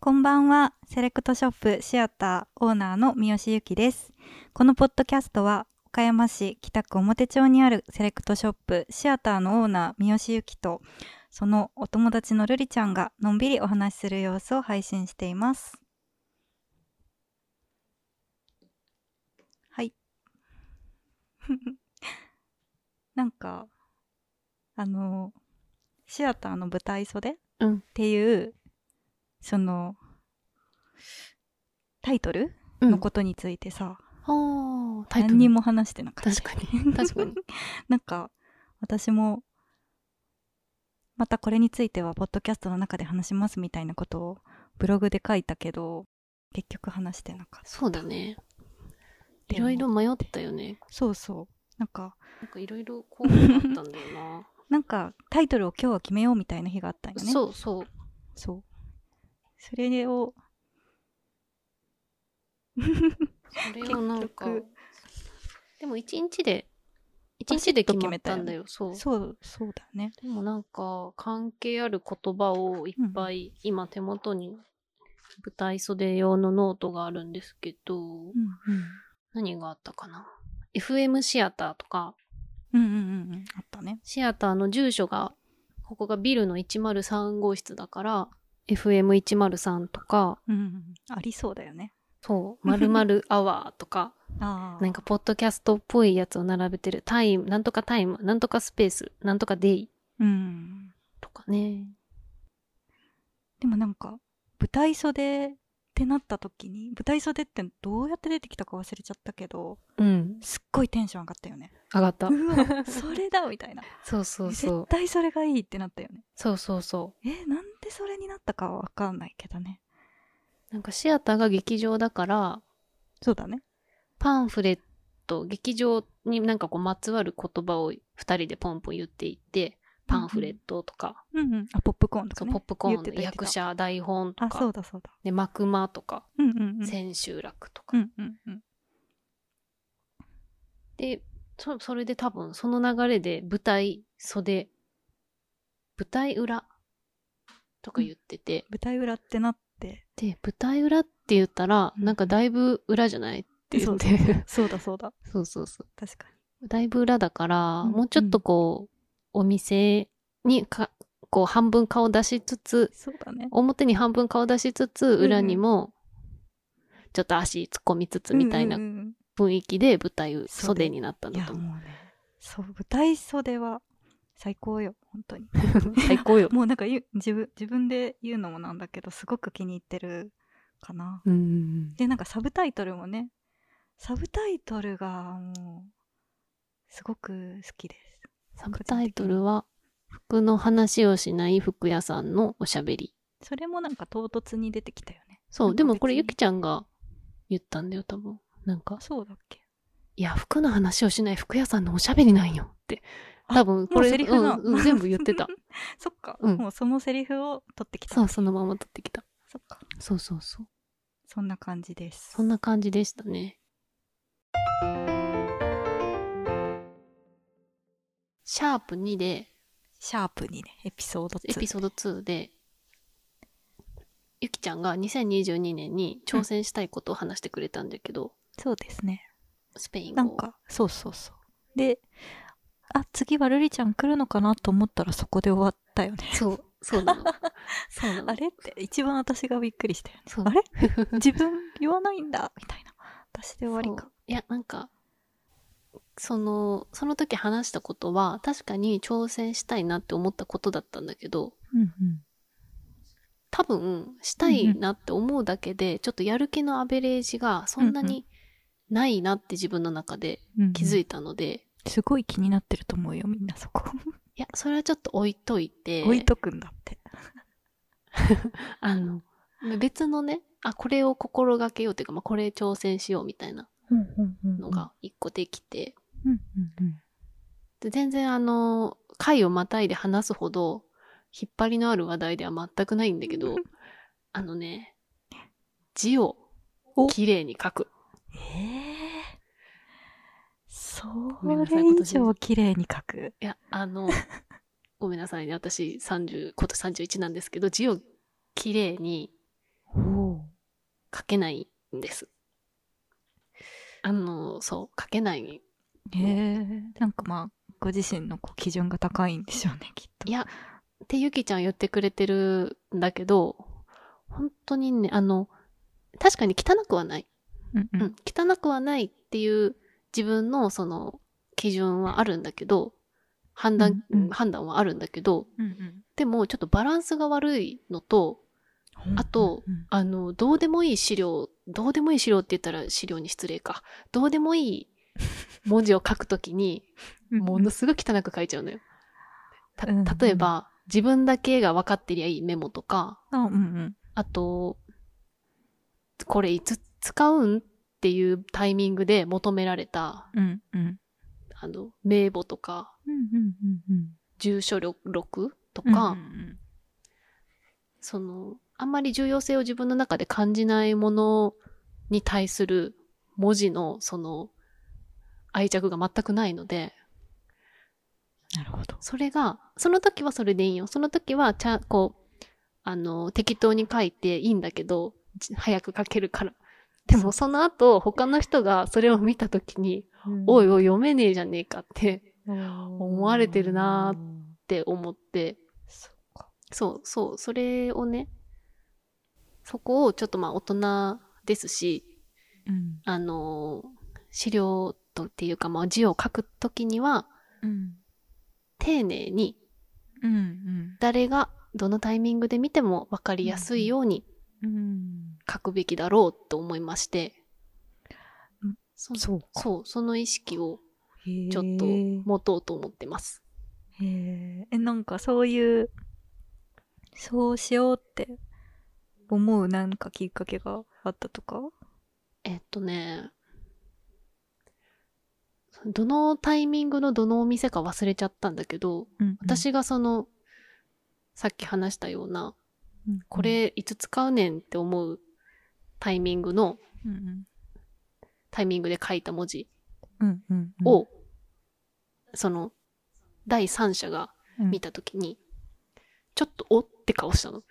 こんばんは。セレクトショップシアターオーナーの三好由紀です。このポッドキャストは岡山市北区表町にあるセレクトショップシアターのオーナー三好由紀とそのお友達のルリちゃんがのんびりお話しする様子を配信しています。はい。 なんかあのシアターの舞台袖っうんていうそのタイトルうのことについてさ、ああ、タイトル何にも話してなかった。確 かに。確かに。なんか、私も、またこれについては、ポッドキャストの中で話しますみたいなことをブログで書いたけど、結局話してなかった。そうだね。 でいもろいろ迷ったよね。そうそう。なんか、なんかいろいろ候補だったんだよな。 なんか、タイトルを今日は決めようみたいな日があったんよね。そうそう。そう。それを、それをなんか結局。でも一日で、一日でパシッと決決まめったたよねんだよ。そう。そう、そうだね。でもなんか、関係ある言葉をいっぱい、今手元に、舞台袖用のノートがあるんですけど、うん何があったかな ?FM シアターとか、うん。うんうんうんうん。あったね。シアターの住所が、ここがビルの103号室だから、FM103 とか、うんうんうん。ありそうだよね。そう、〇〇アワーとか、ああ。なんかポッドキャストっぽいやつを並べてる、タイム、なんとかタイム、なんとかスペース、なんとかデイうん。とかね。でもなんか舞台袖ってなった時に舞台袖ってどうやって出てきたか忘れちゃったけどうん、すっごいテンション上がったよね上がった。うわ それだみたいなそうそうそう絶。対それがいいってなったよねそうそうそえなんでそれになったかは分かんないけどねう。なんかシアターが劇場だから、そうだねパンフレット、劇場になんかこうまつわる言葉を二人でポンポン言っていって、パンフレットとか、うんうんあポップコーンとか、そうね、ポップコーン言ってのた言ってた役者台本とあそうかだそうだで幕間とか、うんうんうん千秋楽とか、うんうんうんでそそれで多分その流れで舞台袖舞台裏とか言ってて、舞台裏ってなってで舞台裏って言ったら、うんなんかだいぶ裏じゃないって言ってそうだそうだ そうそうそ確かうだいぶ裏だから、うんもうちょっとこうお店にかこう半分顔出しつつにそうだね表に半分顔出しつつんうん裏にもちょっと足突っ込みつつみたいなうんうんうん雰囲気で舞台そうだよ袖になったんいだやと思もうねそう舞台袖は最高よ本当にう。最高 よ。もうなんか言う自分自分で言うのもなんだけどすごく気に入ってるかな。うん。でなんかサブタイトルもねサブタイトルがもうすごく好きです。サブタイトルは、服の話をしない服屋さんのおしゃべり。それもなんか唐突に出てきたよね。そなんう、かでもこれ別にゆきちゃんが言ったんだよ、多分。なんかあ、そうだっけいや、服の話をしない服屋さんのおしゃべりなんよって。多分、こもうれ、セリフなうんうん全部言ってた。 そっか、うんもうそのセリフを取ってきた。そう、そのまま撮ってきた。そっかそうそうそう。そんな感じです。そんな感じでしたね。シャープ2で、シャープにねエピソード2。エピソード2で、ゆきちゃんが2022年に挑戦したいことを話してくれたんだけど、そうですね。スペイン語。なんかそうそうそう。であ次はルリちゃん来るのかなと思ったらそこで終わったよね。 そう、そうなの。そうなの。あれって一番私がびっくりしたよね。そうあれ 自分言わないんだみたいな。私で終わりそかう。いや、なんか、その、その時話したことは、確かに挑戦したいなって思ったことだったんだけど、うんうん。多分したいなって思うだけで、ちょっとやる気のアベレージがそんなにないなって自分の中で気づいいたので、いすごい気になってると思うよ、みんなそこ。やそれはちょっと置いといて置いとくんだって。あの別のねあこれを心がけようというか、まあ、これ挑戦しようみたいなのの。が一個できて、うんうんうん。で全然あの回をまたいで話すほど引っ張りのある話題では全くないんだけどあのね字をお綺麗に書くええ。そごめんなさいれ以上綺麗に書く。いや、あの、ごめんなさいね。私、30、今年31なんですけど、字をきれいにほ書けないんです。あの、そう、書けない。へえ。なんかまあ、ご自身のこう基準が高いんでしょうね、きっと。いや、ってゆきちゃん言ってくれてるんだけど、本当にね、あの、確かに汚くはない。うんううんん、汚くはないっていう自分のその基準はあるんだけど、判断、うんうん判断はあるんだけど、うんでもちょっとバランスが悪いのと、うん。あとうんあの、どうでもいい資料、どうでもいい資料って言ったら資料に失礼か。どうでもいい文字を書くときに、うん、ものすごい汚く書いちゃうのよ。たうんうん例えば、自分だけが分かってりゃいいメモとか、あうんうん。あと、これいつ使うんっていうタイミングで求められた、うんうん。あの、名簿とか、うんうんうんうん。住所録とうんか、うんその、あんまり重要性を自分の中で感じないものに対する文字の、その、愛着が全くないので、なるほど。それが、その時はそれでいいよ。その時は、ちゃん、こう、あの、適当に書いていいんだけど、じ早く書けるから。でも、その後、他の人がそれを見た時に、おいおい読めねえじゃねえかって、思われてるなって思って、そうそう、それをね、そこをちょっとまあ大人ですし、うんあのー資料とっていうかまあ字を書くときには、うん丁寧にうん誰がどのタイミングで見ても分かりやすいようにうん書くべきだろうと思いまして、うんそそうかそう、その意識をちちょっと持とうと思ってます。へーえ、なんかそういう、そうしようって思うなんかきっかけがあったとかえっとね、どのタイミングのどのお店か忘れちゃったんだけど、私、私がその、さっき話したような、うんこ、れいつ使うねんって思うタイミングの、うんタイミングで書いた文字うんうんうん、を、その、第三者がうん見たときに、ちょっとおって顔したの。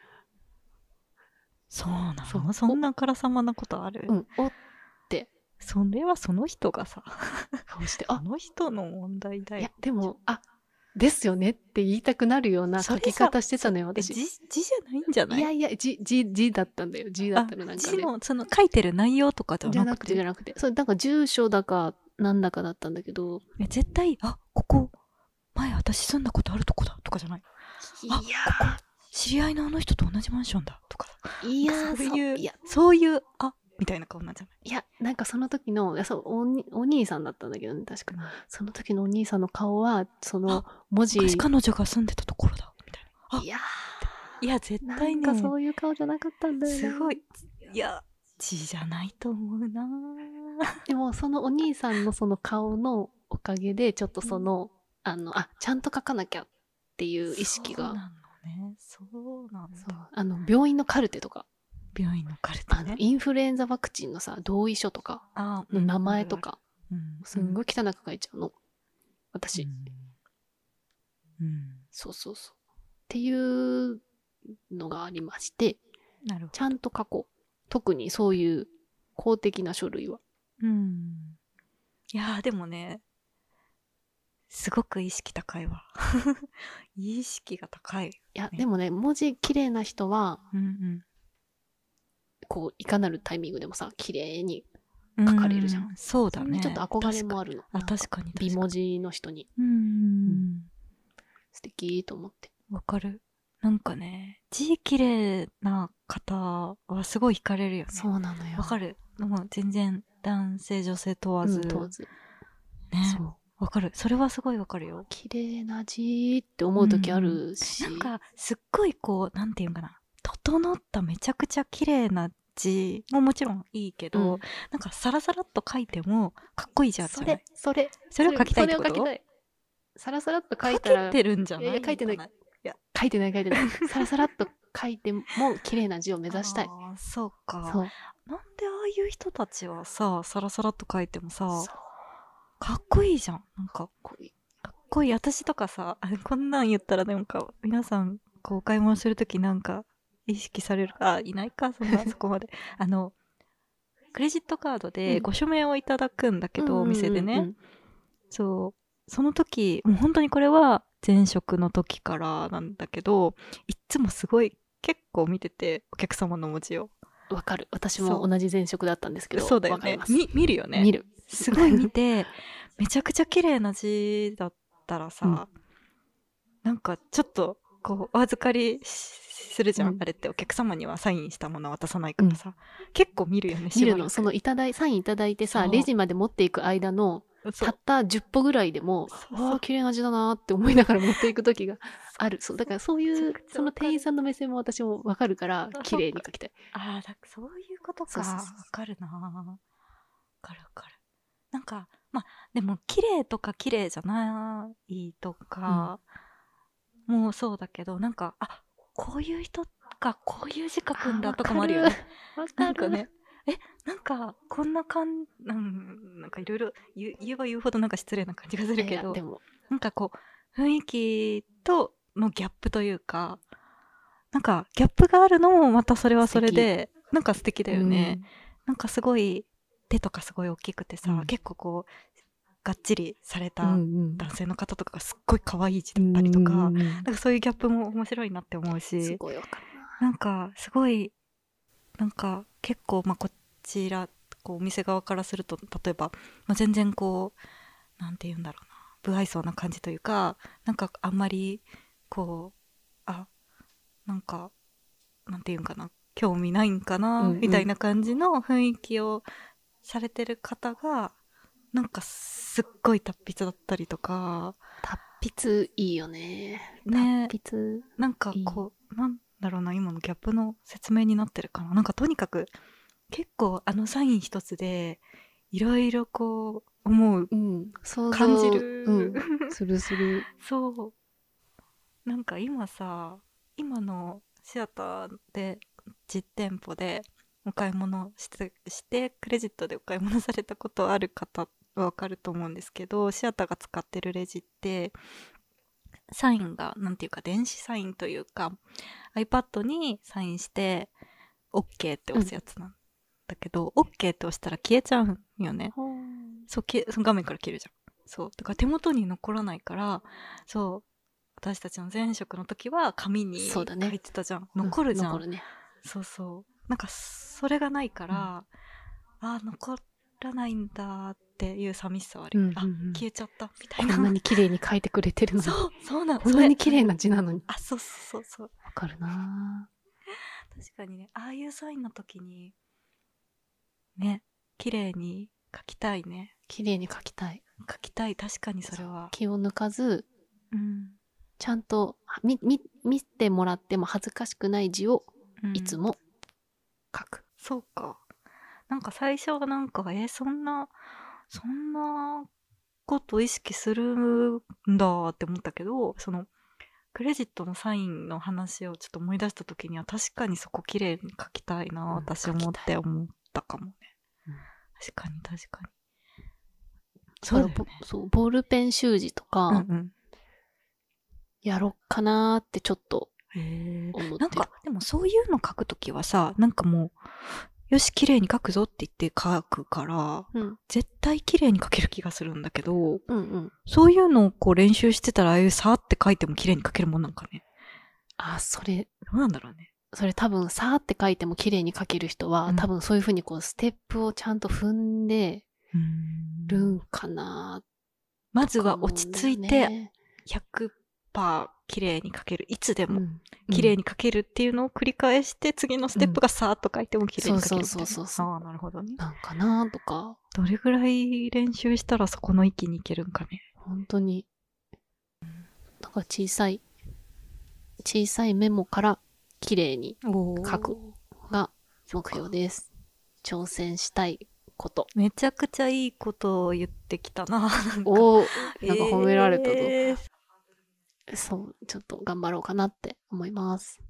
そうなのそうそんなからさまなことある、うん、おっそれはその人がさ、顔して、ああ、の人の問題だいよや。、でも、あ、ですよねって言いたくなるような書き方してたのよ、え私。字字じゃないんじゃないいやいや、じ、じ、じだったんだよ。じだあったの、なんか字ね。のその書いてる内容とかじじゃゃななくくてて、じゃなくて。そう、なんか住所だか、なんだかだったんだけど、え絶対あここ前私住んだことあるとこだとかじゃないいあや知り合いのあの人と同じマンションだとかー、いやそー、そういうういや、そういうあみたいな顔なんじゃないいや、なんかその時の、いやそうおに、お兄さんだったんだけどね、確か。その時のお兄さんの顔は、その、文字、昔彼女が住んでたところだみたいなあいやいや絶ー、な対んねかそういう顔じゃなかったんだよね。すごい。いや字じゃないと思うなでも、そのお兄さんのその顔のおかげで、ちょっとその、あの、あ、ちゃんと書かなきゃっていう意識そうが、なのねそうなんそうだあの、病院のカルテとか、病院のカルあテのね、インフルエンザワクチンのさ、同意書とか、あうん名前とか、うんすんごい汚く書いちゃうの。私。うんそうそうそう。っていうのがありまして、うんなるほどちゃんと書こう。特にそういう公的な書類は。うん。いやーでもね、すごく意識高いわ。 意識が高い。いや、ねでもね、文字綺麗な人は、うんこう、いかなるタイミングでもさ、綺麗に。うん。書かれるじゃんう。そうだね。ちょっと憧れもあるの。確かに。あ、確かに。美文字の人にうんうん素敵と思って。うん。わかる。なんかね、字綺麗な方はすごい惹かれるよね。うなのよわかる。る。もう全然男性女性問わず。うん、当時。ねそ。う。わかる。それはすごいわかるよ。綺麗な字って思う時あるし。なんかすっごいこうなんていうんかな整っためちゃくちゃ綺麗な字ももちろんいいけうど、ん、なんかサラサラっと書いてもかっこいいじゃんそじゃなれい、それ、それを書きたいってそこれを書きとたい。さらさらっと書書けいたら、てるんじゃないいやいや書いてないのか書いてない書い てない。さらさらっと書いても綺麗な字を目指したい。あーそうかそう。なんでああいう人たちはさサラサラっと書いてもさそう。かっこいいじゃんなんかこういうかっこいい私とかさあこんなん言ったらなんか皆さん こうお買い物する時なんか意識されるかあいないかそんなそこまであのクレジットカードでうんご署名をいただくんだけど、お店でね、うんうんうんそうその時もう本当にこれは前職の時からなんだけどいっつもすごい結構見ててお客様の文字をうん。わかる。私も同じ前職だったんですけど。そうだよわかりねますみ見るよね見る。すごい見てめちゃくちゃ綺麗な字だったらさ、うんなんかちょっとこうお預かりしするじゃん、うんあれってお客様にはサインしたものは渡さないからさ、結構見るよね見しばるらくの、そのいただい、サインいただいてさ、そうレジまで持っていく間の、そうたった10歩ぐらいでも、そうそうわあ、綺麗な字だなーって思いながら持っていく時がある。そう、だからそういめうちゃくちゃわか、るその店員さんの目線も私もわかるからそう、綺麗に書きたい。ああ、だそういうことか。そうわそうそうそうかるな。わかるわかる。なんか、まあ、でも、綺麗とか綺麗じゃないとか、もうそうだけど、なんか、あ、こういう人がこういう字書くんだとかもあるよね。わ かる。なんかね。え、なんか、こんな感じ、うん、なんかいろいろ言う言えば言うほどなんか失礼な感じがするいけやいやどで、も、なんかこう、雰囲気とのギャップというか、なんかギャップがあるのもまたそれはそれで、なんか素敵だよね。なんかすごい、手とかすごい大きくてさ、うん結構こう、がっちりされうん。たうん男性の方とかがすっごい可愛い字だったりとか、うんうんなんかそういうギャップも面白いなって思うすし、ごいわかるな。なんかすごい、なんか結構、まあこちら、こうお店側からすると、例えば、まあ、全然こう、なんて言うんだろうな、不愛想な感じというか、なんかあんまり、こう、あ、なんか、なんて言うんかな、興味ないんかな、うんうんみたいな感じの雰囲気をされてる方が、なんかすっごい達筆だったりとか、達筆いいよね。ね達筆。なんかこう、なんだろうな、今のギャップの説明になってるかな。なんかとにかく、結構あのサイン一つで、いろいろこう、思う、うん。想像感じる。 うん。するする。そう。なんか今さ、今のシアターで、実店舗でお買い物して、して、クレジットでお買い物されたことある方はわかると思うんですけど、シアターが使ってるレジって、サインが、なんていうか、電子サインというか、iPad にサインして、OK って押すやつなんだけど、OK って押したら消えちゃうんよね。そうけ その画面から消えるじゃんそうだから手元に残らないからそう私たちの前職の時は紙に書そうだねいてたじゃん、残るじゃん、残るね。そうそうなんかそれがないから、あー残らないんだっていう寂しさはある、うんうんうんあ消えちゃったみたこいんななに綺麗に書いてくれてるのに。 そうそうなのこんなにそれ綺麗な字なのに。あそうそうそうそうわかるな確かにねああいうサインの時にね綺麗に書きたいね綺麗に書きたい。書きたい確かにそれは気を抜かず、うん、ちゃんと見、み見てもらっても恥ずかしくない字をうんいつも書く。そうか。なんか最初はなんか、えーそんな、そんなこと意識するんだって思ったけど、その、クレジットのサインの話をちょっと思い出した時には確かにそこ綺麗に書きたいな、うん私書きたい思って思ったかもね。うん確かに確かに。だからぼそう、ボールペン習字とうんか、うん。やろっかなーってちょっとへー思ってる。なんか、でもそういうの書くときはさ、なんかもう、よし、綺麗に書くぞって言って書くから、うん、絶対綺麗に書ける気がするんだけど、うん、うん。そういうのをこう練習してたら、ああいうさーって書いても綺麗に書けるもんなんかね。あ、それ、どうなんだろうね。それ多分、さーって書いても綺麗に書ける人は、うん多分そういうふうにこう、ステップをちゃんと踏んでるんかなまずーとかは思う落んだよちね、着いて100%綺麗に書ける。いつでうもん、綺麗に書けるっていうのを繰り返して、次のステップがさーっと書いても綺麗に書けるみたいな。そうそうそうそうああ、なるほどね。なんかなーとか、どれぐらい練習したらそこの域に行けるんかね。本当に、なんか小さい、小さいメモから綺麗に書くが目標です。挑戦したいこと。めちゃくちゃいいことを言ってきたな。なんかおお、なんか褒められたぞ。えーそう、ちょっと頑張ろうかなって思います。